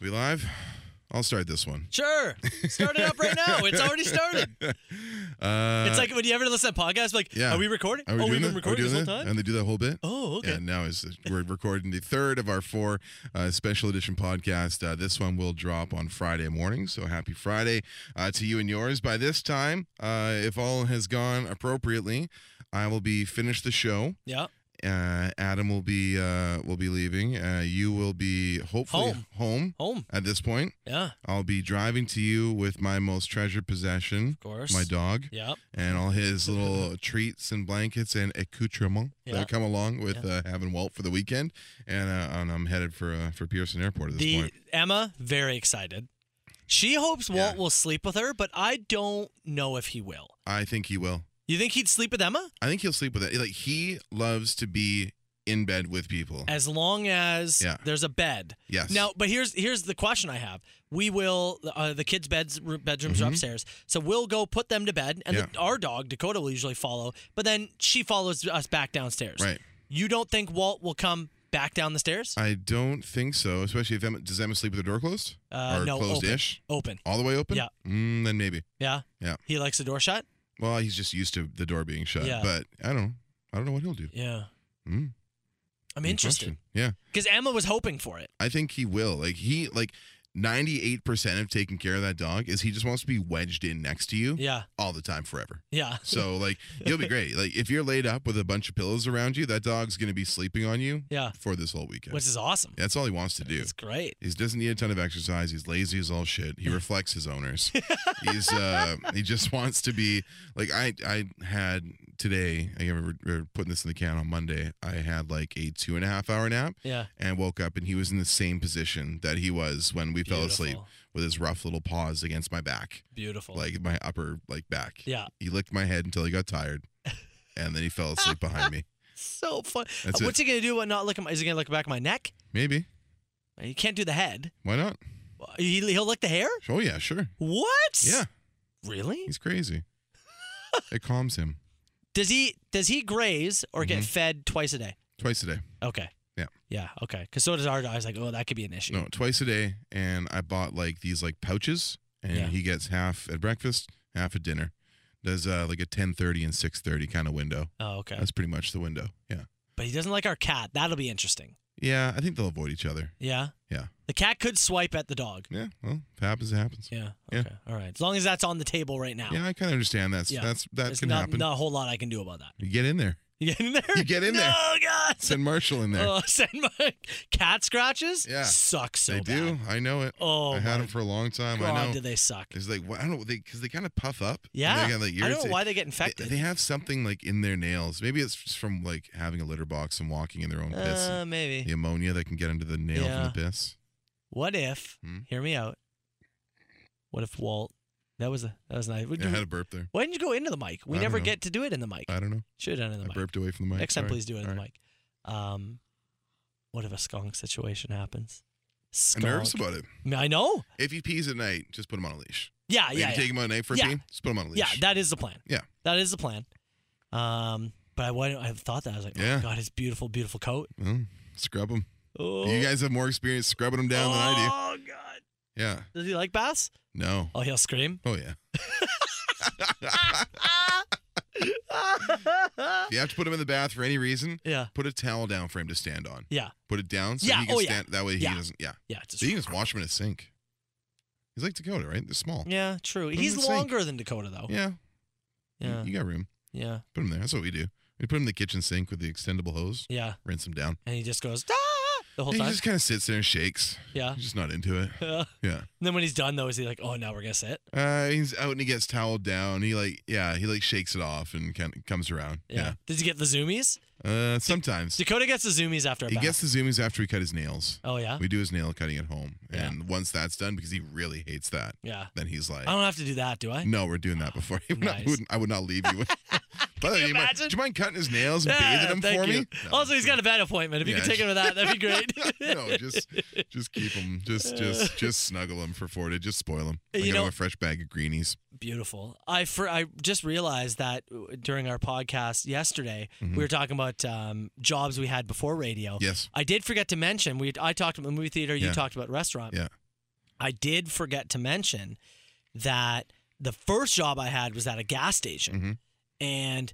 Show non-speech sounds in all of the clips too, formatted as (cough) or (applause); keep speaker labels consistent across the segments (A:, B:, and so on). A: We live? I'll start this one. (laughs)
B: Sure. Start it up right now. It's already started.
A: Uh,
B: It's like when you ever listen to podcasts, like,
A: yeah.
B: are we recording?
A: Are we
B: oh,
A: doing that? Are
B: we've been
A: we
B: recording this
A: doing
B: whole
A: that?
B: time?
A: And they do that whole bit?
B: oh, okay.
A: Yeah, now is we're recording the third of our four uh, special edition podcast. Uh, this one will drop on Friday morning, so happy Friday uh, to you and yours. By this time, uh, if all has gone appropriately, I will be finished the show.
B: yeah.
A: Uh, Adam will be uh, will be leaving. Uh, you will be hopefully
B: Home.
A: home
B: Home.
A: at this point.
B: Yeah. Of
A: I'll be driving to you with my most treasured possession,
B: course.
A: my dog
B: Yep.
A: and all his little treats and blankets and accoutrements
B: Yeah.
A: that come along with uh, having Walt for the weekend. And, uh, and I'm headed for uh, for Pearson Airport at this
B: The
A: point.
B: Emma, very excited. She hopes Walt
A: Yeah.
B: will sleep with her, but I don't know if he will.
A: I think he will.
B: You think he'd sleep with Emma?
A: I think he'll sleep with it. Like he loves to be in bed with people.
B: As long as
A: Yeah.
B: there's a bed.
A: Yes.
B: Now, but here's here's the question I have. We will uh, the kids' beds r- bedrooms are
A: Mhm.
B: upstairs, so we'll go put them to bed, and the, our dog Dakota will usually follow. But then she follows us back downstairs.
A: Right.
B: You don't think Walt will come back down the stairs?
A: I don't think so. Especially if Emma, does Emma sleep with the door closed
B: Uh,
A: or
B: no,
A: closed
B: open.
A: ish,
B: Open.
A: all the way open?
B: Yeah.
A: Mm, then maybe.
B: Yeah.
A: Yeah.
B: He likes the door shut.
A: Well, he's just used to the door being shut.
B: Yeah.
A: But I don't. know. I don't know what he'll do.
B: Yeah.
A: Mm,
B: I'm
A: good
B: interested
A: question. Yeah.
B: because Emma was hoping for it.
A: I think he will. Like he like 98% of taking care of that dog is he just wants to be wedged in next to you
B: Yeah.
A: all the time forever.
B: Yeah.
A: So like you'll be great. Like if you're laid up with a bunch of pillows around you, that dog's going to be sleeping on you
B: Yeah.
A: for this whole weekend.
B: Which is awesome.
A: That's all he wants to do.
B: It's great.
A: He doesn't need a ton of exercise. He's lazy as all shit. He reflects his owners. He's uh, he just wants to be like I I had today. I remember uh, putting this in the can on Monday. I had like a two and a half hour nap
B: Yeah.
A: and woke up and he was in the same position that he was when we fell asleep
B: Beautiful.
A: with his rough little paws against my back
B: Beautiful.
A: like my upper like back
B: yeah.
A: he licked my head until he got
B: (laughs)
A: tired and then he fell asleep behind me
B: So fun. Uh,
A: That's
B: What's he gonna do? About not look at my? Is he gonna look back at my neck?
A: maybe
B: You can't do the head.
A: why not
B: He, he'll lick the hair?
A: oh yeah sure
B: What?
A: yeah
B: Really?
A: he's
B: (laughs)
A: crazy it calms him
B: Does he does he graze or get
A: Mhm.
B: fed twice a day?
A: twice a day
B: Okay.
A: Yeah.
B: Yeah. Okay. Because so does our dog. I was like, oh, that could be an issue.
A: no twice a day and i bought like these like pouches and
B: Yeah.
A: he gets half at breakfast half at dinner does uh like a 10:30 and 6:30 kind of window
B: Oh, okay.
A: that's pretty much the window yeah
B: But he doesn't like our cat. That'll be interesting.
A: yeah i think they'll avoid each other
B: Yeah.
A: Yeah.
B: The cat could swipe at the dog.
A: Yeah, well, if it happens, it happens.
B: Yeah.
A: Yeah.
B: Okay. All right. As long as that's on the table right now.
A: Yeah, I kind of understand that.
B: Yeah.
A: That's that
B: There's
A: can
B: not,
A: happen.
B: not a whole lot I can do about that. (laughs)
A: You get in there.
B: You get in there?
A: You get in
B: no,
A: there.
B: God.
A: Send Marshall in there.
B: Oh, (laughs) send my cat scratches?
A: Yeah.
B: Suck so
A: they
B: bad.
A: do. I know it.
B: Oh,
A: I had
B: my
A: them for a long time. I
B: God,
A: know.
B: do they suck.
A: It's like well, I don't know they because they kind of puff up. and
B: Yeah.
A: They got, like,
B: I don't know
A: irritate-
B: why they get
A: They-
B: infected.
A: They, have something like in their nails. Maybe it's just from like having a litter box and walking in their own piss.
B: Uh,
A: and
B: maybe.
A: the ammonia that can get into the nail
B: Yeah.
A: from the piss.
B: What if?
A: Hmm?
B: Hear me out. What if Walt? That was a that was nice. Would
A: Yeah, I
B: you-
A: had a burp there.
B: why didn't you go into the mic? We
A: I don't
B: never
A: know.
B: get to do it in the mic.
A: I don't know.
B: Should have done it in
A: I
B: the mic.
A: burped away from the mic.
B: Next time,
A: Sorry.
B: please do it in
A: All
B: the
A: right.
B: mic. Um, what if a skunk situation happens? Skunk.
A: I'm nervous about it.
B: I, mean, I know.
A: If he pees at night, just put him on a leash.
B: Yeah,
A: If
B: Uh, yeah,
A: you
B: yeah.
A: take him out at night for a
B: Yeah.
A: pee, just put him on a leash.
B: Yeah, That is the plan.
A: Yeah.
B: that is the plan. Um, but I wouldn't- I thought that I was like,
A: Yeah.
B: oh God, his beautiful, beautiful coat.
A: Well, scrub him.
B: Oh,
A: You guys have more experience scrubbing them down than I
B: Oh God,
A: do. Yeah.
B: does he like baths?
A: No.
B: Oh, he'll scream.
A: Oh yeah. (laughs) If you have to put him in the bath for any reason,
B: yeah,
A: put a towel down for him to stand on.
B: yeah,
A: Put it down so
B: Yeah,
A: he can
B: oh, yeah.
A: stand. That way he
B: Yeah.
A: doesn't. Yeah.
B: yeah. Just
A: So you can just wash him in a sink. He's like Dakota, right? They're small.
B: Yeah, true.
A: him
B: He's
A: in the sink.
B: longer than Dakota though.
A: Yeah. You-
B: Yeah,
A: You got room.
B: yeah,
A: Put him there. That's what we do. We put him in the kitchen sink with the extendable hose.
B: yeah.
A: Rinse him down.
B: And he just goes "Ah!" the whole
A: And he
B: time. Uh.
A: just kind of sits there and shakes.
B: Yeah. (laughs)
A: He's just not into it.
B: and
A: Yeah.
B: then when he's done though, is he like, "Oh, now we're gonna sit"?
A: Uh, he's out and he gets toweled down. He like, yeah, he like shakes it off and kind of comes around.
B: Did he get the zoomies?
A: yeah. Uh, sometimes.
B: Dakota gets the zoomies after a
A: He
B: bath.
A: gets the zoomies after we cut his nails.
B: oh yeah,
A: We do his nail cutting at home,
B: Yeah.
A: and once that's done, because he really hates that,
B: yeah.
A: then he's like,
B: I don't have to do that, do I?
A: "No, we're doing that before." (laughs) We're not-
B: Oh, Nice.
A: I, wouldn't, I would not leave
B: (laughs)
A: (laughs) you. By the way,
B: you
A: do you mind-
B: imagine?
A: do you mind cutting his nails
B: (laughs)
A: and
B: Yeah,
A: bathing them
B: thank
A: for
B: you.
A: me? No,
B: also, he's got a bad appointment. If you
A: Yeah,
B: could take him to that, that'd be great.
A: (laughs)
B: (laughs)
A: no, just just keep him, just just just snuggle him for four days, just spoil him. Like
B: You
A: I
B: know-
A: have a fresh bag of greenies.
B: Beautiful. I for I just realized that uh, during our podcast yesterday,
A: Mhm.
B: we were talking about um, jobs we had before radio.
A: Yes,
B: I did forget to mention we I talked about movie theater, you
A: Yeah.
B: talked about restaurant.
A: Yeah.
B: I did forget to mention that the first job I had was at a gas station,
A: Mhm.
B: and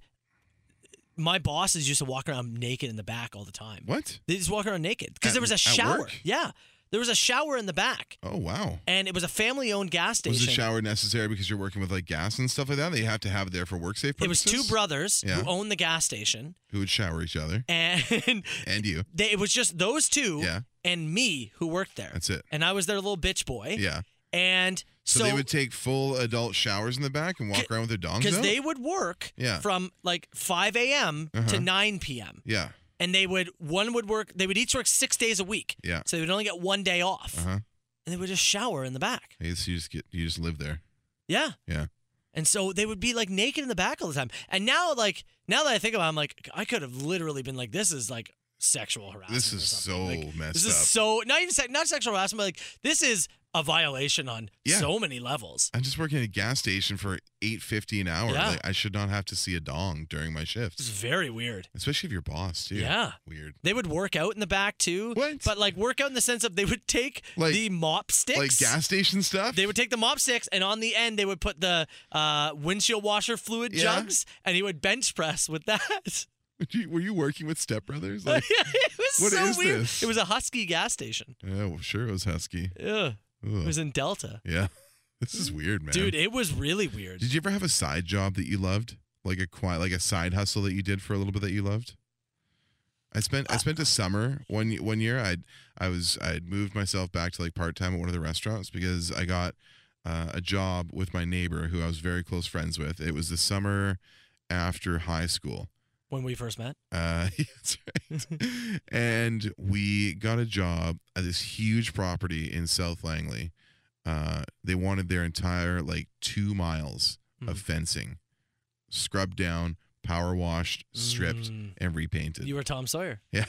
B: my bosses used to walk around naked in the back all the time.
A: What?
B: They just walk around naked because
A: At-
B: there was a
A: at
B: shower.
A: work?
B: Yeah, there was a shower in the back,
A: Oh wow.
B: and it was a family-owned gas
A: Was
B: station.
A: the shower necessary because you're working with like gas and stuff like that? They have to have it there for work safe
B: it was
A: purposes.
B: two brothers
A: Yeah.
B: who owned the gas station,
A: who would shower each other
B: and (laughs)
A: and you.
B: they, it was just those two
A: Yeah.
B: and me who worked there.
A: That's it.
B: and I was their little bitch boy.
A: Yeah.
B: And
A: So,
B: Eh, so,
A: they would take full adult showers in the back and walk around with their dongs
B: because
A: out?
B: they would work
A: Yeah.
B: from like 5 a.m.
A: Uh-huh.
B: to 9 p.m.
A: yeah.
B: And they would one would work they would each work six days a week.
A: Yeah.
B: So they would only get one day off,
A: Uh huh.
B: and they would just shower in the back.
A: I guess you just get you just live there.
B: Yeah.
A: Yeah.
B: And so they would be like naked in the back all the time. And now, like now that I think about, it, I'm like I could have literally been like, this is like sexual harassment.
A: This
B: or
A: is so
B: something. Like,
A: messed
B: This
A: up.
B: is so not even sex, not sexual harassment, but like this is a violation on
A: Yeah.
B: so many levels.
A: I'm just working at a gas station for eight fifty an hour.
B: Yeah.
A: Like, I should not have to see a dong during my
B: It's
A: shifts,
B: very weird.
A: especially if you're boss too.
B: Yeah.
A: Weird.
B: They would work out in the back too.
A: What?
B: But like work out in the sense of they would take
A: Like-
B: the mop sticks.
A: Like gas station stuff.
B: They would take the mop sticks and on the end they would put the uh, windshield washer fluid
A: Yeah.
B: jugs and he would bench press with that. (laughs)
A: Would you- (laughs) Were you working with stepbrothers?
B: it
A: Like,
B: was
A: What
B: so
A: is
B: weird.
A: this?
B: It was a Husky gas station.
A: yeah, well, oh, sure, it was husky.
B: Yeah.
A: Ugh.
B: It was in Delta.
A: yeah, (laughs) this is weird, man.
B: Dude, it was really weird.
A: Did you ever have a side job that you loved? Like a quiet, like a side hustle that you did for a little bit that you loved? I spent I spent a summer one y- one year. I I was I had moved myself back to like part time at one of the restaurants because I got uh, a job with my neighbor who I was very close friends with. It was the summer after high school.
B: when we first met.
A: Uh, (laughs) that's
B: (laughs)
A: right. and we got a job at this huge property in South Langley. Uh, they wanted their entire like two miles of
B: Mhm.
A: fencing, scrubbed down, power washed, stripped,
B: Mm.
A: and repainted.
B: You were Tom Sawyer.
A: (laughs) yeah,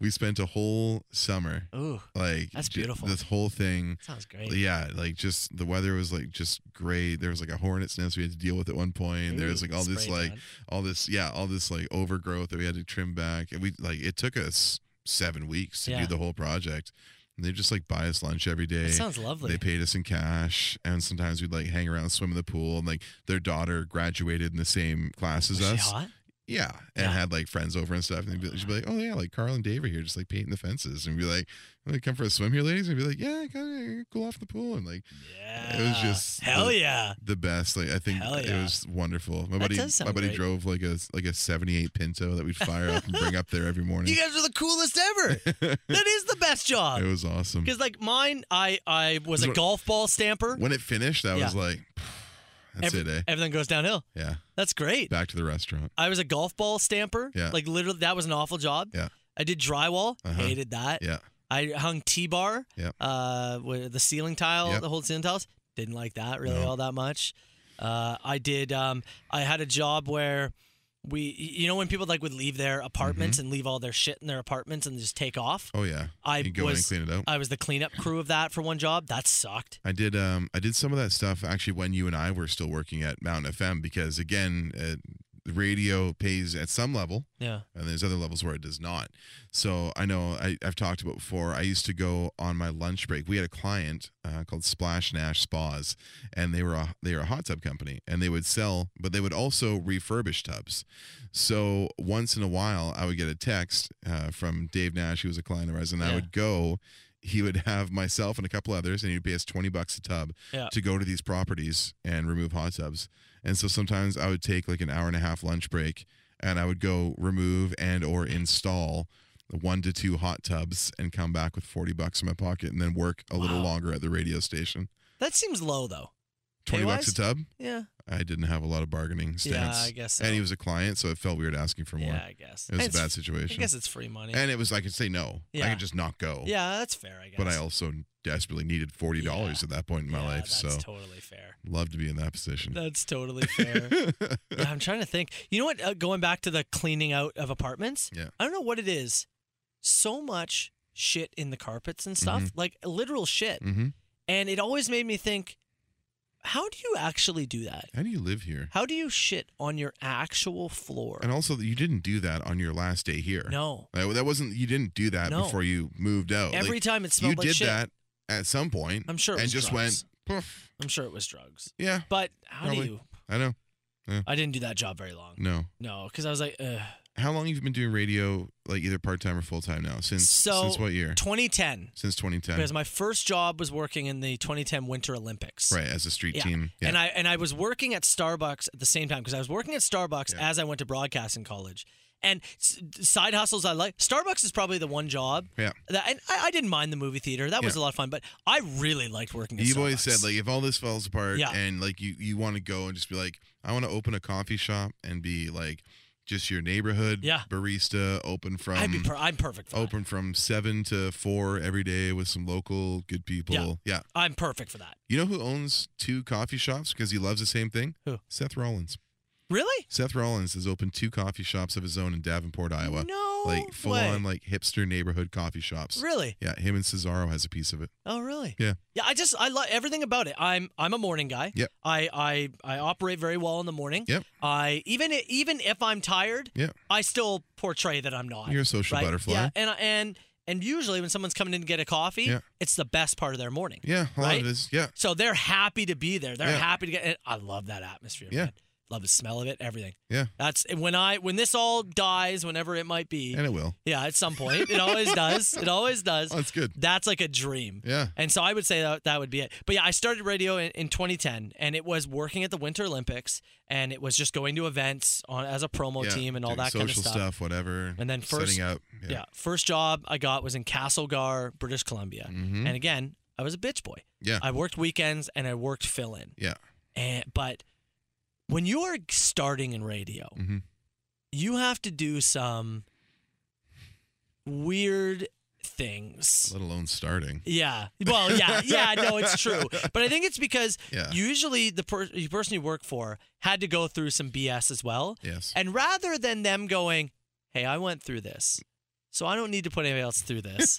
A: we spent a whole summer
B: Ooh,
A: like
B: That's
A: ju-
B: beautiful.
A: This whole thing.
B: sounds great.
A: Yeah, like just the weather was like just gray. There was like a hornet's nest we had to deal with at one point. there
B: Ooh,
A: was like all this
B: spray
A: like
B: tan.
A: all this yeah all this like overgrowth that we had to trim back and we like it took us seven weeks to
B: Yeah.
A: do the whole project and they just like buy us lunch every day
B: That sounds lovely.
A: they paid us in cash and sometimes we'd like hang around and swim in the pool and like their daughter graduated in the same class as
B: Was she
A: us
B: hot?
A: yeah and
B: Yeah.
A: had like friends over and stuff and they'd be, she'd be like oh yeah like carl and dave are here just like painting the fences and be like "Wanna come for a swim here ladies and be like yeah kind of cool off the pool and like
B: Yeah.
A: just
B: hell
A: the-
B: yeah.
A: the best. Like I think
B: Hell
A: it
B: yeah.
A: was wonderful. My
B: That
A: buddy,
B: does sound
A: my buddy
B: great.
A: drove like a like a '78 Pinto that we'd fire up and bring up there every morning.
B: You guys are the
A: (laughs)
B: coolest ever. that is the best
A: it
B: job.
A: was awesome.
B: Because like mine, I I was
A: Is
B: a
A: what-
B: golf ball stamper.
A: When it finished, I was
B: Yeah.
A: like, "That's
B: Every-
A: it, eh?
B: Everything goes downhill.
A: Yeah,
B: That's great.
A: back to the restaurant."
B: I was a golf ball stamper.
A: Yeah.
B: Like literally, that was an awful job.
A: Yeah.
B: I did drywall.
A: Uh-huh.
B: Hated that.
A: Yeah,
B: I hung T bar.
A: Yeah.
B: Uh, with the ceiling tile,
A: Yeah.
B: the whole ceiling tiles. Didn't like that really
A: No.
B: all that much. Uh, I did. Um, I had a job where we, you know, when people like would leave their apartments
A: Mm-hmm.
B: and leave all their shit in their apartments and just take off.
A: oh yeah.
B: I
A: you go
B: was-
A: in and clean it up.
B: I was the cleanup crew of that for one job. That sucked.
A: I did. Um, I did some of that stuff actually when you and I were still working at Mountain FM because again, uh, the radio pays at some level.
B: Yeah.
A: and there's other levels where it does not. So I know I, I've talked about before. I used to go on my lunch break. We had a client uh, called Splash Nash Spas, and they were a, they were a hot tub company, and they would sell, but they would also refurbish tubs. So once in a while, I would get a text uh, from Dave Nash, who was a client of ours, and I
B: Yeah.
A: would go. He would have myself and a couple others, and he'd pay us twenty bucks a tub
B: Yeah.
A: to go to these properties and remove hot tubs. And so sometimes I would take like an hour and a half lunch break and I would go remove and or install one to two hot tubs and come back with 40 bucks in my pocket and then work a little
B: Wow.
A: longer at the radio station.
B: That seems low though.
A: 20 bucks a
B: Pay-wise?
A: tub?
B: Yeah.
A: I didn't have a lot of bargaining stance.
B: Yeah, I guess so.
A: And he was a client, so it felt weird asking for more.
B: Yeah, I guess.
A: It was
B: It's-
A: a bad
B: I
A: situation.
B: guess it's free money.
A: And it was I could say no. I
B: Yeah.
A: could just not go.
B: yeah, that's fair, I guess.
A: But I also desperately needed $40
B: Yeah.
A: at that point in my
B: Yeah,
A: life,
B: That's
A: so
B: totally fair.
A: love to be in that position. (laughs)
B: That's totally fair. Yeah, I'm trying to think. You know what? Uh, going back to the cleaning out of apartments.
A: Yeah.
B: I don't know what it is. So much shit in the carpets and stuff,
A: Mm-hmm.
B: like literal shit.
A: hmm
B: And it always made me think, how do you actually do that?
A: How do you live here?
B: How do you shit on your actual floor?
A: And also, you didn't do that on your last day here.
B: No.
A: Like, that wasn't. You didn't do that
B: No.
A: before you moved out.
B: Every
A: Oh, Like,
B: time it
A: you
B: smelled like
A: did
B: shit.
A: that at some point
B: I'm sure it
A: and
B: was
A: just
B: drugs.
A: went poof.
B: I'm sure it was drugs.
A: Yeah,
B: But how
A: Probably.
B: do you?
A: I know.
B: I didn't do that job very long.
A: No.
B: No, because I was like, Ugh.
A: How long have you been doing radio, like either part time or full time now? Since
B: So-
A: since what year?
B: 2010.
A: Since 2010.
B: Because my first job was working in the 2010 Winter Olympics.
A: right, as a street
B: Yeah.
A: team. Yeah.
B: And I and I was working at Starbucks at the same time because I was working at Starbucks
A: Yeah.
B: as I went to broadcasting college. And s- side hustles I like. Starbucks is probably the one job.
A: Yeah.
B: That, and I, I didn't mind the movie theater. That was a lot of fun. But I really liked working. at
A: You've always
B: Starbucks.
A: said like if all this falls apart
B: Yeah.
A: and like you you want to go and just be like I want to open a coffee shop and be like just your neighborhood
B: Yeah.
A: barista open from
B: I'd be per- I'm perfect. For that.
A: open from 7 to 4 every day with some local good people.
B: Yeah.
A: yeah.
B: I'm perfect for that.
A: You know who owns two coffee shops because he loves the same thing?
B: Who?
A: Seth Rollins.
B: Really?
A: Seth Rollins has opened two coffee shops of his own in Davenport, Iowa.
B: No
A: like full
B: way.
A: on like hipster neighborhood coffee shops.
B: Really?
A: Yeah, him and Cesaro has a piece of it.
B: Oh, really?
A: Yeah.
B: Yeah. I just I love everything about it. I'm I'm a morning guy.
A: Yep.
B: I I I operate very well in the morning.
A: Yep.
B: I even i- even if I'm tired.
A: Yep.
B: I still portray that I'm not.
A: You're a social
B: right?
A: butterfly.
B: Yeah. And I- and and usually when someone's coming in to get a coffee,
A: Yeah.
B: it's the best part of their morning.
A: Yeah, a lot
B: Right?
A: of it is. Yeah.
B: So they're happy to be there. They're
A: Yeah.
B: happy to get. and I love that atmosphere.
A: Yeah.
B: Man. Love the smell of it. Everything.
A: Yeah.
B: That's when I when this all dies, whenever it might be.
A: And it will.
B: yeah. At some point, it always does. It always does.
A: Oh, it's good.
B: That's like a dream.
A: Yeah.
B: And so I would say that that would be it. But yeah, I started radio in, in 2010, and it was working at the Winter Olympics, and it was just going to events on as a promo
A: yeah.
B: team and all
A: doing
B: that
A: social
B: kind of stuff.
A: stuff, whatever.
B: And then first-
A: setting up.
B: Yeah. First job I got was in Castlegar, British Columbia,
A: Mhm.
B: and again I was a bitch boy.
A: Yeah.
B: I worked weekends and I worked fill in.
A: Yeah.
B: And but when you are starting in radio,
A: Mhm.
B: you have to do some weird things.
A: Let alone
B: (laughs)
A: starting.
B: Yeah. Well, yeah, yeah. No, it's true. But I think it's because
A: Yeah.
B: usually the, per- the person you work for had to go through some BS as well.
A: yes.
B: And rather than them going, "Hey, I went through this, so I don't need to put anybody else
A: (laughs)
B: through this,"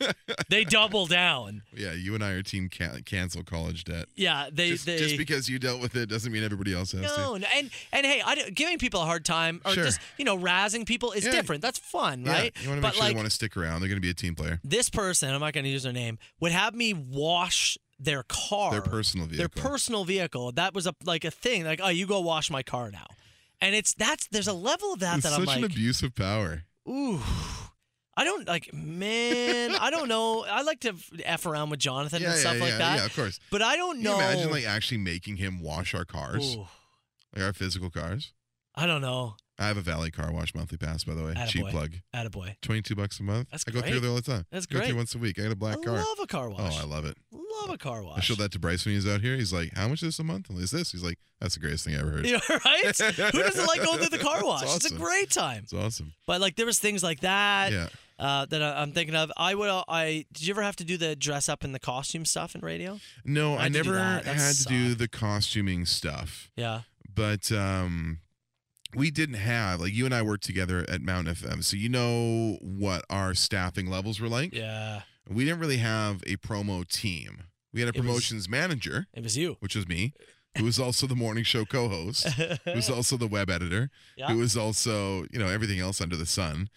B: they double down.
A: yeah. You and I are team can- cancel college debt.
B: Yeah. They
A: just,
B: they.
A: just because you dealt with it doesn't mean everybody else has to.
B: no, no, and and hey, I don't- giving people a hard time or
A: Sure.
B: just you know razzing people is
A: Yeah.
B: different. That's fun,
A: Yeah,
B: right?
A: You want to
B: but
A: make sure
B: like
A: they want to stick around. They're going to be a team player.
B: this person, I'm not going to use their name, would have me wash their car,
A: Their personal vehicle.
B: their personal vehicle. That was a like a thing. Like, oh, you go wash my car now. And it's that's there's a level of that
A: It's
B: that
A: such
B: I'm like,
A: an abuse of power.
B: ooh, I don't like, man, I don't know. I like to f around with Jonathan
A: yeah,
B: and stuff
A: yeah,
B: like
A: yeah,
B: that,
A: yeah, of course.
B: but I don't
A: Can
B: know.
A: you imagine like actually making him wash our cars,
B: Ooh,
A: like our physical cars?
B: I don't know.
A: I have a Valley Car Wash monthly pass, by the way. Cheap
B: Attaboy.
A: plug,
B: Attaboy.
A: twenty-two bucks a month.
B: That's
A: I go
B: great.
A: through there all the time.
B: That's
A: go
B: great.
A: through once a week. I got a black
B: I
A: car.
B: love a car wash.
A: Oh, I love it.
B: love a car wash.
A: I
B: (laughs)
A: showed that to Bryce when he was out here. He's like, "How much is this a month?" I'm like, "Is this?" He's like, "That's the greatest thing I ever heard."
B: Yeah, right?
A: (laughs)
B: (laughs) Who doesn't like going through the car
A: It's
B: wash? It's a
A: awesome.
B: great time.
A: It's awesome.
B: But like there was things like that
A: yeah.
B: uh, that I, I'm thinking of. I would. uh, I did you ever have to do the dress up in the costume stuff in radio?
A: No,
B: I
A: I,
B: had to do
A: never
B: that. That
A: had to do
B: sucked.
A: the costuming stuff.
B: Yeah.
A: but um we didn't have like you and I worked together at Mount FM, so you know what our staffing levels were like.
B: Yeah.
A: We didn't really have a promo team. We had a
B: It was-
A: promotions manager,
B: It
A: (laughs)
B: was you.
A: which was me, who was also the morning show co-host, who was also the web editor,
B: Yeah.
A: who was also you know everything else under the sun.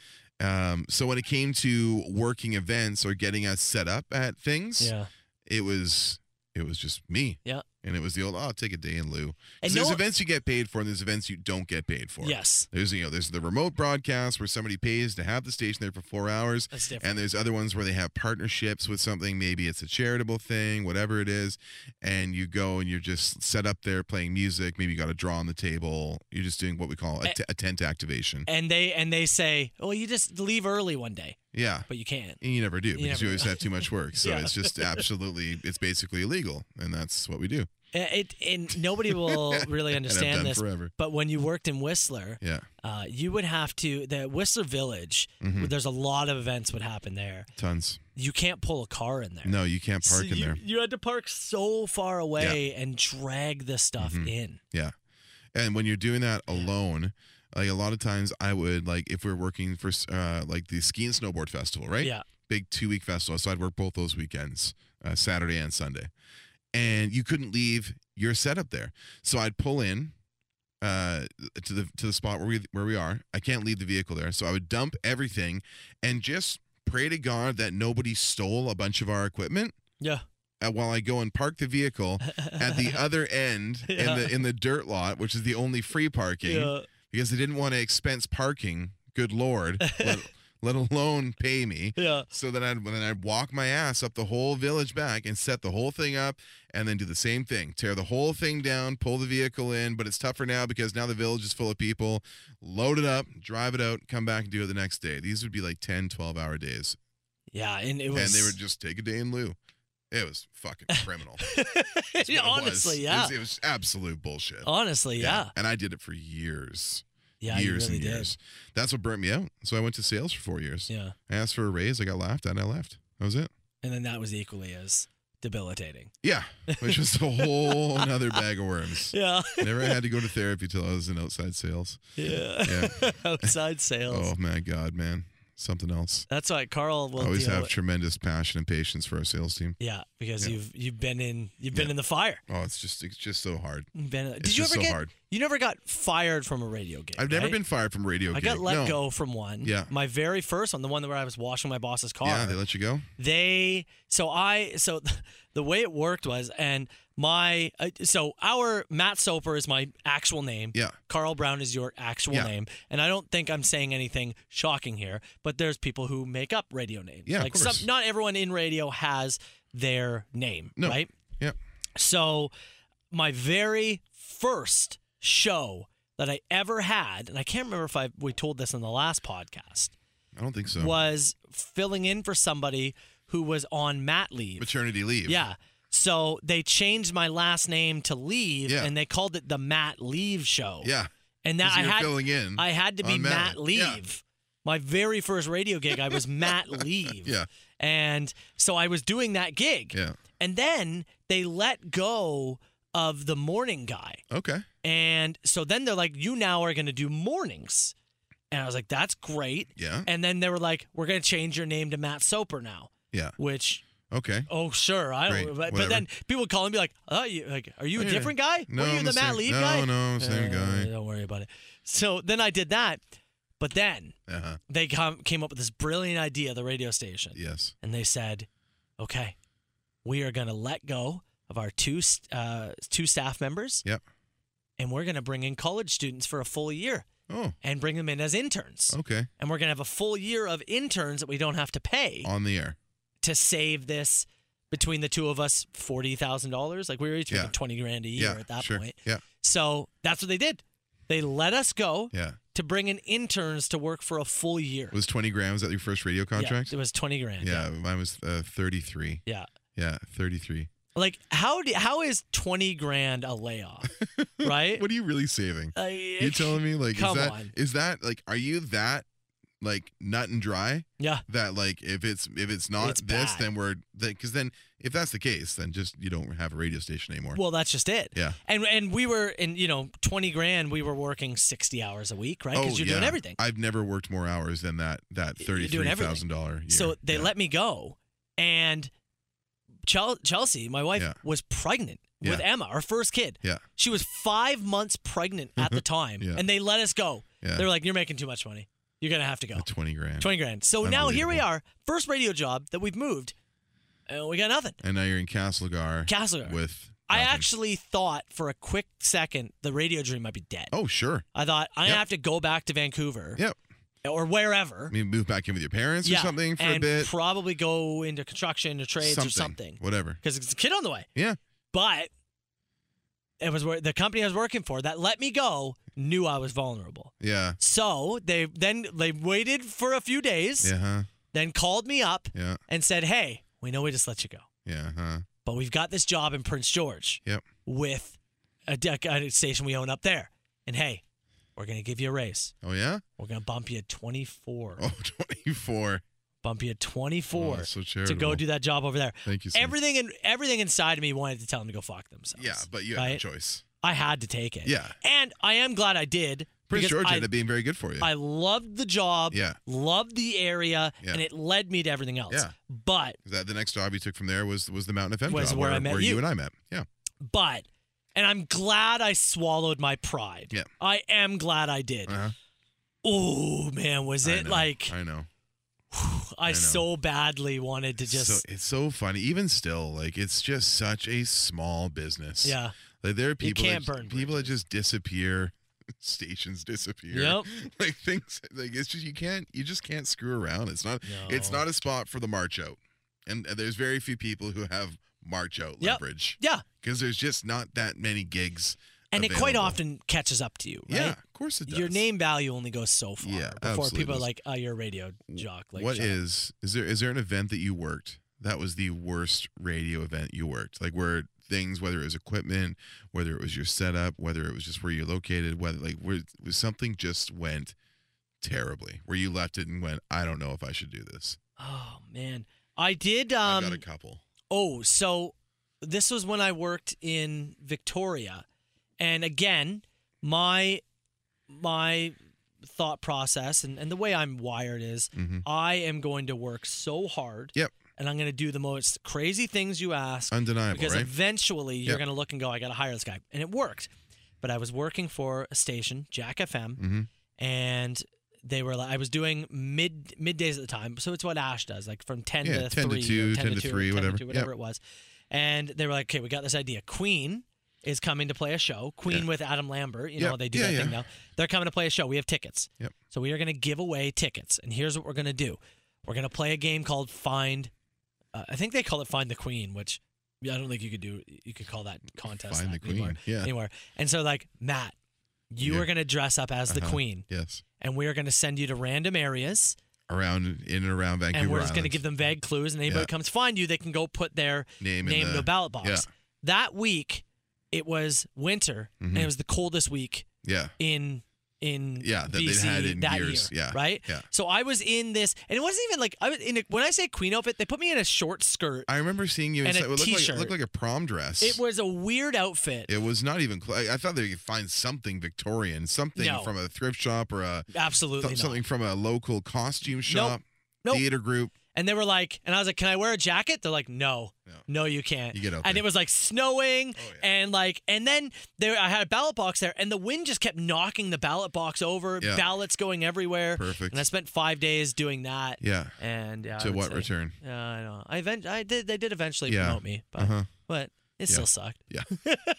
A: Um, so when it came to working events or getting us set up at things,
B: yeah.
A: it was it was just me.
B: Yeah.
A: And it was the old, oh, I'll take a day and lieu.
B: And
A: Because
B: no
A: there's
B: one-
A: events you get paid for, and there's events you don't get paid for.
B: Yes.
A: There's you know there's the remote broadcast where somebody pays to have the station there for four hours,
B: That's different.
A: and there's other ones where they have partnerships with something. Maybe it's a charitable thing, whatever it is, and you go and you're just set up there playing music. Maybe you got a draw on the table. You're just doing what we call a,
B: Eh.
A: t- a tent activation.
B: and they and they say, "Oh, you just leave early one day,"
A: Yeah.
B: but you can't.
A: And you never do because
B: never
A: you always have too much
B: (laughs)
A: work. So
B: Yeah.
A: it's just absolutely, it's basically illegal. And that's what we do.
B: Uh, It
A: (laughs)
B: and nobody will really
A: and I've done
B: understand this.
A: forever.
B: But when you worked in Whistler,
A: Yeah.
B: uh, you would have to the Whistler Village.
A: Mhm.
B: There's a lot of events would happen there.
A: Tons.
B: You can't pull a car in there.
A: No, you can't
B: So
A: park in
B: you,
A: there.
B: You had to park so far away and drag the stuff
A: Mhm.
B: in.
A: and when you're doing that
B: Yeah.
A: alone like a lot of times i would like if we are working for uh, like the ski and snowboard festival right
B: Yeah.
A: big two week festival so i'd work both those weekends uh, saturday and sunday and you couldn't leave your setup there so i'd pull in uh, to the to the spot where we where we are i can't leave the vehicle there so i would dump everything and just pray to god that nobody stole a bunch of our equipment
B: Yeah.
A: uh, while I go and park the vehicle at
B: (laughs)
A: the (laughs) other end in
B: Yeah.
A: the in the dirt lot, which is the only free parking
B: Yeah.
A: because they didn't want to expense parking. Good lord,
B: (laughs)
A: let, let alone pay me.
B: Yeah.
A: So then I'd then I'd walk my ass up the whole village back and set the whole thing up and then do the same thing. Tear the whole thing down, pull the vehicle in, but it's tougher now because now the village is full of people. Load it up, drive it out, come back and do it the next day. These would be like 10, 12 hour days.
B: Yeah. And it was.
A: And they
B: (laughs)
A: would just take a day in lieu. It was fucking criminal. That's
B: (laughs) yeah,
A: what it was.
B: honestly,
A: It
B: yeah.
A: was, it was absolute bullshit.
B: Honestly, yeah.
A: And I did it for years.
B: Yeah, you
A: years
B: really
A: and
B: did.
A: years. That's what burnt me out. So I went to sales for four years.
B: Yeah.
A: I asked for a raise, I got laughed at, and I left. That was it.
B: And then that was equally as debilitating.
A: Yeah, which is a whole another bag of worms.
B: (laughs) Yeah.
A: Never had to go to therapy till I was in outside sales.
B: Yeah. (laughs) Outside sales.
A: Oh my god, man, something else.
B: That's why Carl will
A: I always
B: deal
A: have
B: with-
A: tremendous passion and patience for our sales team.
B: Yeah, because
A: Yeah.
B: you've you've been in you've been
A: Yeah.
B: in the fire.
A: Oh, it's just it's just so hard.
B: Been,
A: It's
B: did you
A: just
B: ever
A: so
B: get
A: hard.
B: you never got fired from a radio gig?
A: I've never
B: right?
A: been fired from a radio.
B: I
A: gig.
B: got let
A: No.
B: go from one.
A: Yeah.
B: My very first one, the one where I was washing my boss's car.
A: Yeah, they let you go.
B: they so i so (laughs) the way it worked was and my uh, so our matt soper is my actual name
A: Yeah.
B: carl brown is your actual
A: Yeah.
B: name and i don't think i'm saying anything shocking here but there's people who make up radio names
A: Yeah, of
B: like
A: course.
B: not everyone in radio has their name
A: No.
B: right
A: Yeah.
B: so my very first show that i ever had and i can't remember if i we told this in the last podcast
A: I don't think so.
B: was filling in for somebody who was on mat leave.
A: Maternity leave.
B: yeah. So they changed my last name to Leave,
A: Yeah.
B: and they called it the Matt Leave Show.
A: Yeah.
B: and that
A: 'cause
B: I
A: you're
B: had
A: filling in.
B: I had to be
A: on
B: Matt,
A: Matt.
B: Leave.
A: Yeah.
B: My very first radio gig,
A: (laughs)
B: I was Matt Leave.
A: Yeah.
B: and so I was doing that gig.
A: yeah.
B: and then they let go of the morning guy.
A: Okay.
B: And so then they're like, you now are going to do mornings. And I was like, that's great.
A: Yeah.
B: And then they were like, we're going to change your name to Matt Soper now,
A: Yeah.
B: which,
A: Okay.
B: oh, sure. I don't,
A: Great,
B: but, but
A: whatever.
B: then people would call and be like, oh, you, like, are you a
A: Yeah.
B: different guy?
A: No,
B: Were you
A: I'm
B: the
A: same-
B: Matt Leave
A: no,
B: guy?
A: No, no, same
B: Uh,
A: guy.
B: Don't worry about it. So then I did that. But then
A: Uh-huh.
B: they com- came up with this brilliant idea, the radio station.
A: Yes.
B: And they said, okay, we are going to let go of our two, st- uh, two staff members.
A: Yep.
B: And we're going to bring in college students for a full year
A: Oh.
B: and bring them in as interns.
A: Okay.
B: And we're going to have a full year of interns that we don't have to pay
A: On the air.
B: to save this between the two of us $40,000. Like we were each
A: Yeah.
B: making 20 grand a year
A: Yeah.
B: at that
A: sure.
B: point.
A: Yeah.
B: So that's what they did. They let us go
A: Yeah.
B: to bring in interns to work for a full year.
A: Was 20 grand, was that your first radio
B: Yeah,
A: contract?
B: it was 20 grand.
A: Yeah, mine was uh, 33.
B: Yeah.
A: Yeah, 33.
B: Like how do, how is 20 grand
A: (laughs)
B: a layoff? right?
A: What are you really saving?
B: Uh,
A: You telling me like
B: Come
A: is that
B: on.
A: is that like are you that like nut and dry
B: Yeah.
A: that like if it's if it's not
B: It's
A: this
B: bad.
A: then we're because then if that's the case then just you don't have a radio station anymore.
B: Well, that's just it.
A: Yeah.
B: And and we were in you know 20 grand we were working 60 hours a week, right? Cuz you're doing
A: Oh, yeah.
B: everything.
A: I've never worked more hours than that that
B: You're
A: thirty
B: doing
A: three
B: everything.
A: thousand dollar.
B: So they
A: yeah.
B: let me go, and Chel- Chelsea, my wife,
A: Yeah.
B: was pregnant with
A: Yeah.
B: Emma, our first kid.
A: Yeah.
B: She was five months pregnant
A: (laughs)
B: at the time,
A: Yeah.
B: and they let us go.
A: Yeah.
B: They were like, "You're making too much money. You're gonna have to go.
A: At twenty grand.
B: Twenty grand." So now here we
A: Unbelievable.
B: are, first radio job that we've moved, and we got nothing.
A: And now you're in Castlegar
B: Castlegar.
A: with.
B: I
A: nothing.
B: actually thought for a quick second the radio dream might be dead.
A: Oh sure.
B: I thought I'm
A: Yep.
B: gonna have to go back to Vancouver
A: Yep.
B: or wherever.
A: I mean, move back in with your parents or something for
B: and
A: a bit.
B: Probably go into construction or trades or something.
A: Whatever.
B: because it's a kid on the way.
A: Yeah.
B: But it was where the company I was working for that let me go knew I was vulnerable.
A: Yeah.
B: So they then they waited for a few days,
A: Yeah. Huh.
B: then called me up
A: Yeah.
B: and said, "Hey, we know we just let you go,
A: Yeah. Huh.
B: but we've got this job in Prince George
A: Yep.
B: with a, dec- a station we own up there, and hey, we're gonna give you a raise.
A: Oh yeah. (laughs)
B: We're gonna bump you to 24,
A: Oh, 24.
B: bump you to
A: Oh,
B: 24
A: that's so
B: to
A: charitable.
B: go do that job over there."
A: Thank you. Sir.
B: Everything and everything inside of me wanted to tell them to go fuck themselves.
A: Yeah, but you had no
B: right?
A: choice.
B: I had to take it.
A: Yeah.
B: And I am glad I did.
A: Prince
B: because
A: George
B: I,
A: ended up being very good for you.
B: I loved the job,
A: Yeah.
B: loved the area,
A: Yeah.
B: and it led me to everything else.
A: Yeah.
B: But,
A: 'Cause that the next job you took from there was was the Mountain FM
B: Was
A: job
B: where I met you.
A: and I met. Yeah.
B: but, and I'm glad I swallowed my pride.
A: Yeah.
B: I am glad I did.
A: Uh-huh.
B: Oh, man, was
A: I
B: it
A: know.
B: like,
A: I know.
B: whew,
A: I
B: I,
A: know.
B: so badly wanted to just.
A: so it's so funny. Even still, like it's just such a small business.
B: yeah.
A: Like there are people
B: can't
A: that,
B: burn
A: people that just disappear. (laughs) Stations disappear.
B: Yep.
A: (laughs) Like things like it's just you can't you just can't screw around. It's not it's
B: No.
A: not a spot for the march out. And and there's very few people who have march out
B: Yep.
A: leverage.
B: Yeah.
A: Because there's just not that many gigs.
B: And it quite
A: available.
B: often catches up to you, right?
A: Yeah, of course it does.
B: Your name value only goes so far
A: Yeah,
B: before
A: absolutely
B: people are
A: does.
B: like, "Oh, you're a radio jock." Like,
A: what
B: shut up.
A: is is there is there an event that you worked that was the worst radio event you worked like where things whether it was equipment whether it was your setup whether it was just where you're located whether like where was something just went terribly where you left it and went i don't know if i should do this
B: Oh man, I did.
A: i've
B: Um,
A: got a couple
B: Oh, so this was when I worked in Victoria. And again, my my thought process and, and the way I'm wired is
A: hmm
B: I am going to work so hard.
A: Yep.
B: And I'm going to do the most crazy things you ask
A: undeniable
B: because
A: right
B: eventually you're
A: Yep.
B: going to look and go, I got to hire this guy. And it worked. But I was working for a station, Jack FM,
A: mm-hmm.
B: and they were like, I was doing mid middays at the time. So it's what Ash does, like from 10
A: Yeah,
B: to
A: 10 to
B: 3, or
A: 2, 10 to 3,
B: 10
A: whatever.
B: 2, whatever it was. And they were like, okay, we got this idea. Queen is coming to play a show. Queen
A: Yeah.
B: with Adam Lambert. You
A: Yeah,
B: know, they do
A: yeah,
B: that
A: yeah.
B: thing now. They're coming to play a show. We have tickets.
A: Yep.
B: So we are going to give away tickets. And here's what we're going to do we're going to play a game called Find. Uh, I think they call it Find the Queen, which yeah, I don't think you could do. You could call that contest
A: find the
B: that
A: queen
B: anymore,
A: yeah
B: anywhere. And so, like Matt, you
A: Yeah.
B: are going to dress up as the
A: Uh-huh.
B: Queen
A: yes
B: and we are going to send you to random areas
A: around in and around vancouver
B: and we're just going to
A: Island.
B: give them vague clues and anybody
A: Yeah.
B: that comes find you they can go put their
A: name,
B: name
A: in
B: in
A: the,
B: a ballot box
A: yeah.
B: that week it was winter and
A: Mhm.
B: it was the coldest week
A: yeah
B: in in
A: Yeah, that they'd
B: BC
A: had in
B: that
A: years.
B: year
A: Yeah,
B: right
A: yeah.
B: so i was in this and it wasn't even like i was in a, when i say queen outfit they put me in a short skirt
A: i remember seeing you
B: And
A: inside.
B: a
A: it looked like it
B: t-shirt.
A: looked like a prom dress
B: it was a weird outfit
A: It was not even. Cl- I I thought they could find something Victorian, something
B: No.
A: from a thrift shop or a
B: absolutely
A: th-
B: not.
A: something from a local costume shop,
B: Nope.
A: theater group.
B: and they were like and i was like can i wear a jacket they're like no
A: No.
B: no, you can't
A: You get out
B: and
A: there.
B: it was like snowing
A: Oh, yeah.
B: and like and then there i had a ballot box there and the wind just kept knocking the ballot box over
A: Yeah.
B: ballots going everywhere
A: Perfect.
B: and i spent five days doing that
A: yeah.
B: and yeah, I
A: to
B: would
A: what
B: say-
A: return?
B: yeah i know i event- i did they did eventually
A: Yeah.
B: promote me but
A: Uh huh.
B: but it
A: Yeah.
B: still sucked
A: (laughs)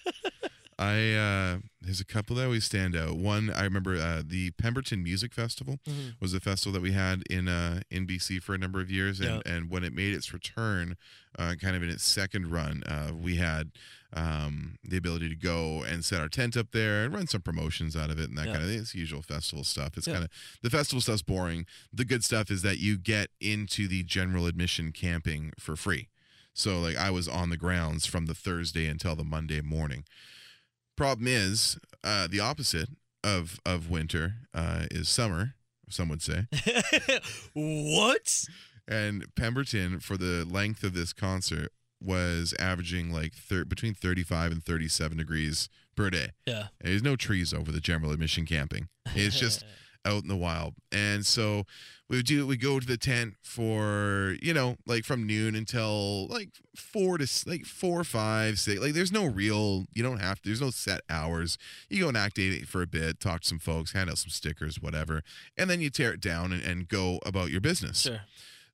A: I uh, there's a couple that always stand out. One I remember uh, the Pemberton Music Festival
B: Mhm.
A: was a festival that we had in uh, in BC for a number of years, and,
B: Yeah.
A: and when it made its return, uh, kind of in its second run, uh, we had um, the ability to go and set our tent up there and run some promotions out of it and that
B: Yeah.
A: kind of thing. It's usual festival stuff. It's
B: Yeah.
A: kind of the festival stuff's boring. The good stuff is that you get into the general admission camping for free. So like I was on the grounds from the Thursday until the Monday morning. Problem is, uh, the opposite of of winter uh, is summer. Some would
B: (laughs)
A: say,
B: what
A: and Pemberton for the length of this concert was averaging like thir- between thirty five and thirty seven degrees per day.
B: yeah
A: And there's no trees over the general admission camping.
B: (laughs)
A: It's just out in the wild. And so we would do we go to the tent for, you know, like from noon until like four to s- like four, five, six. Like there's no real you don't have to there's no set hours. You go and activate for a bit, talk to some folks, hand out some stickers, whatever. And then you tear it down and, and go about your business.
B: sure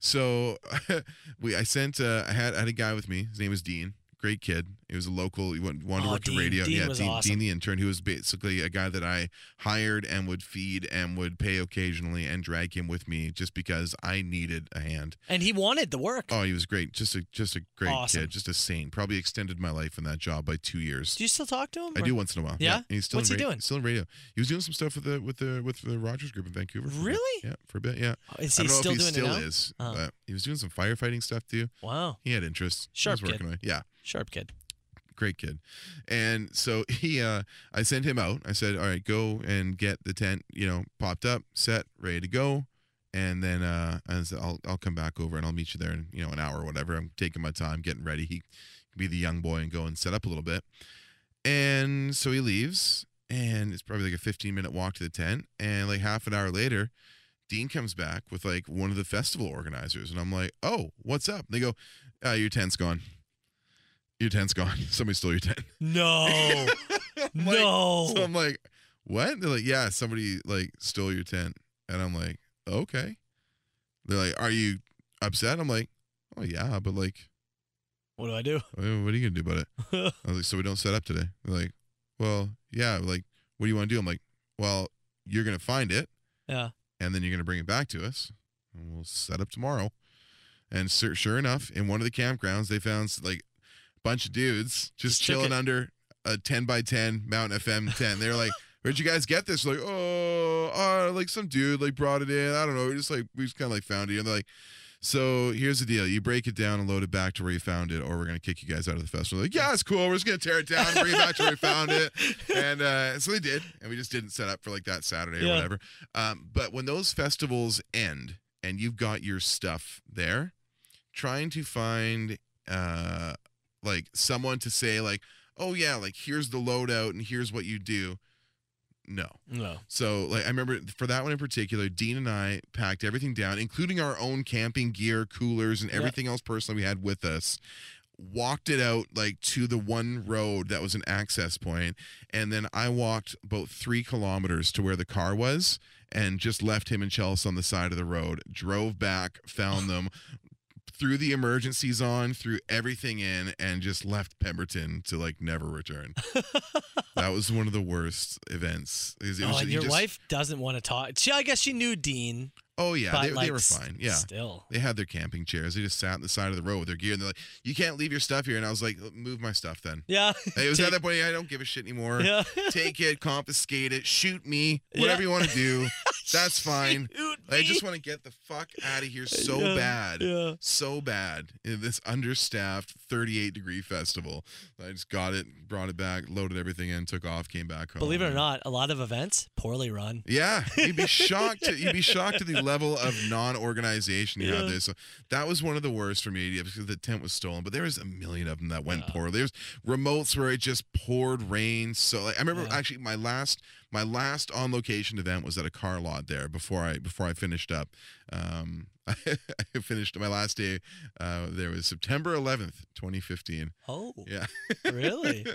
A: So (laughs) we I sent uh, I had I had a guy with me. His name was Dean. Great kid. He was a local. He went, wanted to
B: Oh,
A: work
B: Dean.
A: to radio.
B: Dean
A: yeah,
B: was
A: Dean,
B: awesome.
A: Dean the intern. He was basically a guy that I hired and would feed and would pay occasionally and drag him with me just because I needed a hand.
B: and he wanted the work
A: Oh, he was great. Just a just a great
B: Awesome.
A: kid. Just a saint. Probably extended my life in that job by two years.
B: do you still talk to him
A: I
B: or-
A: do once in a while.
B: Yeah?
A: and he's still
B: What's
A: in
B: he
A: ra-
B: doing?
A: Still in radio. He was doing some stuff with the with the with the Rogers Group in Vancouver. for a bit.
B: Really?
A: Yeah, for a bit. Yeah.
B: is
A: I
B: he
A: don't know
B: still
A: if he
B: doing
A: still
B: it now
A: is.
B: Oh.
A: But he was doing some firefighting stuff too.
B: wow
A: He had interests. He
B: Sharp
A: was working on it. Yeah,
B: sharp
A: (laughs)
B: kid
A: great kid. And so (laughs) he, uh, I sent him out. I said, "All right, go and get the tent, you know, popped up, set, ready to go." And then uh, I said, "I'll I'll come back over and I'll meet you there in you know an hour or whatever. I'm taking my time, getting ready. He can be the young boy and go and set up a little bit." And so he leaves, and it's probably like a 15 minute walk to the tent. And like half an hour later, Dean comes back with like one of the festival organizers, and I'm like, "Oh, what's up?" they go, uh, "Your tent's gone. Your tent's gone. (laughs) Somebody stole your tent."
B: no
A: I'm (laughs) like-
B: no
A: So I'm like, "What?" They're like, "Yeah, somebody like stole your tent," and I'm like, "Okay." They're like, "Are you upset. I'm like, oh yeah, but like,
B: What do I do?
A: what are you gonna do about it? I was like, so we don't set up today. They're like, well, yeah. Like, what do you want to do? I'm like, well, you're gonna find it,
B: yeah.
A: and then you're gonna bring it back to us, and we'll set up tomorrow. And sur- sure enough, in one of the campgrounds, they found like a bunch of dudes just,
B: Just took
A: chilling
B: it.
A: under a 10 by 10 Mountain FM 10. They're like, where'd you guys get this? Like, oh, uh, like some dude like brought it in. I don't know. We just like we just kind of like found it. And they're like. So here's the deal. You break it down and load it back to where you found it, or we're gonna kick you guys out of the festival. Like, yeah, it's cool. We're just gonna tear it down, and bring it back to where we found
B: (laughs)
A: it, and uh, so they did. And we just didn't set up for like that Saturday or
B: Yeah.
A: whatever. Um, but when those festivals end and you've got your stuff there, trying to find uh, like someone to say like, oh yeah, like here's the loadout and here's what you do. No.
B: No.
A: So like I remember for that one in particular, Dean and I packed everything down, including our own camping gear, coolers, and
B: Yeah.
A: everything else personally we had with us. Walked it out like to the one road that was an access point, and then I walked about three kilometers to where the car was, and just left him and Chelsea on the side of the road. Drove back, found them, threw the emergencies on, threw everything in, and just left Pemberton to like never
B: (laughs)
A: return. that was one of the worst events. It was- it
B: Oh,
A: was-
B: and
A: you
B: your
A: just-
B: wife doesn't want to talk. She, I guess she knew Dean,
A: Oh yeah,
B: but
A: they,
B: like,
A: they were
B: s-
A: fine. Yeah.
B: Still.
A: They had their camping chairs. They just sat on the side of the road with their gear, and they're like, "You can't leave your stuff here." And I was like, "Move my stuff then." (laughs)
B: Yeah.
A: It was at
B: Take-
A: that point I don't give a shit anymore.
B: Yeah. (laughs)
A: Take it, confiscate it, shoot me,
B: Yeah.
A: whatever you want to
B: (laughs)
A: do. That's fine.
B: Shoot
A: I just
B: me.
A: want to get the fuck out of here so
B: Yeah,
A: bad,
B: Yeah.
A: so bad in this understaffed 38 degree festival. I just got it, brought it back, loaded everything in, took off, came back home.
B: Believe it or not, a lot of events poorly run.
A: Yeah, you'd
B: (laughs)
A: be shocked. To, you'd be shocked to the level of non-organization you had
B: Yeah.
A: there. So that was one of the worst for me because the tent was stolen. But there was a million of them that went
B: Yeah.
A: poorly. There's remotes where it just poured rain. So like, I remember
B: Yeah.
A: actually my last my last on location event was at a car lot there before I before I finished up. Um, (laughs) I finished my last day. Uh, there was September 11th, 2015.
B: Oh,
A: Yeah, (laughs)
B: really?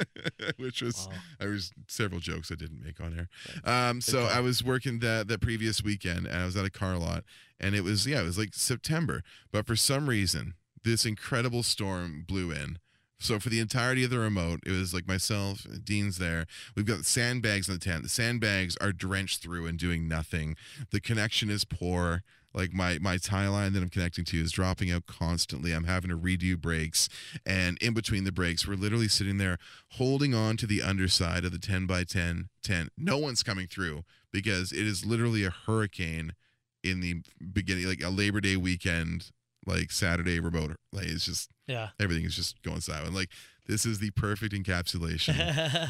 A: which was
B: Wow.
A: there was several jokes I didn't make on air. Um, so
B: call.
A: I was working that the previous weekend, and I was at a car lot, and it was yeah, it was like September, but for some reason this incredible storm blew in. So for the entirety of the remote, it was like myself, Dean's there. We've got sandbags in the tent. The sandbags are drenched through and doing nothing. The connection is poor. Like my my tie line that I'm connecting to is dropping out constantly. I'm having to redo breaks, and in between the breaks, we're literally sitting there holding on to the underside of the 10 by 10 tent. No one's coming through because it is literally a hurricane in the beginning, like a Labor Day weekend, like Saturday remote. Like it's just (laughs)
B: Yeah.
A: everything is just going silent. Like this is the perfect
B: (laughs)
A: encapsulation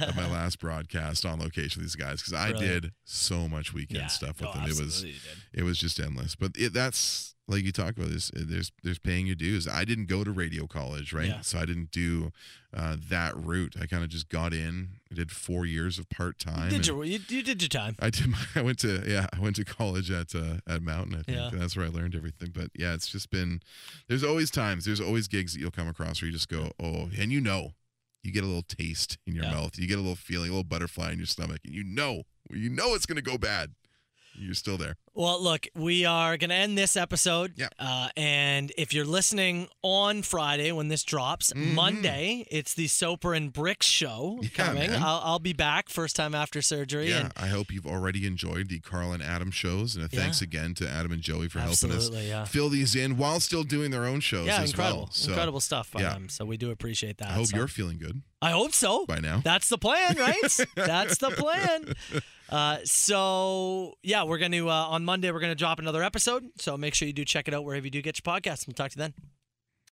A: of my last broadcast on location with these guys because I
B: Brilliant.
A: did so much weekend
B: Yeah,
A: stuff with
B: no,
A: them. It was
B: absolutely you did.
A: it was just endless. But it, that's like you talk about this. There's there's paying your dues. I didn't go to radio college, right?
B: Yeah.
A: So I didn't do uh, that route. I kind of just got in. I did four years of part time.
B: You did your you, you did your time.
A: I did. My, (laughs) I went to yeah. I went to college at uh, at Mountain. I think
B: Yeah.
A: and that's where I learned everything. But yeah, it's just been. There's always times. There's always gigs that you'll come across where you just go, oh, and you know, you get a little taste in your
B: Yeah.
A: mouth. You get a little feeling, a little butterfly in your stomach, and you know, you know it's gonna go bad. You're still there.
B: Well, look, we are going to end this episode.
A: Yeah.
B: Uh, and if you're listening on Friday when this drops,
A: Mhm.
B: Monday, it's the Soper and Bricks show
A: Yeah,
B: coming.
A: man.
B: I'll, I'll be back first time after surgery.
A: Yeah,
B: and
A: I hope you've already enjoyed the Carl and Adam shows, and a thanks again to Adam and Joey for helping
B: absolutely. Yeah.
A: us fill these in while still doing their own shows
B: Yeah,
A: as
B: incredible,
A: well. So
B: incredible stuff by
A: yeah.
B: them. So we do appreciate that.
A: I hope
B: so.
A: you're feeling good
B: I hope so.
A: by now.
B: That's the
A: (laughs)
B: plan, right? That's the plan. Uh, so yeah, we're going to uh, on Monday we're going to drop another episode. So make sure you do check it out wherever you do get your podcast. We'll talk to you then.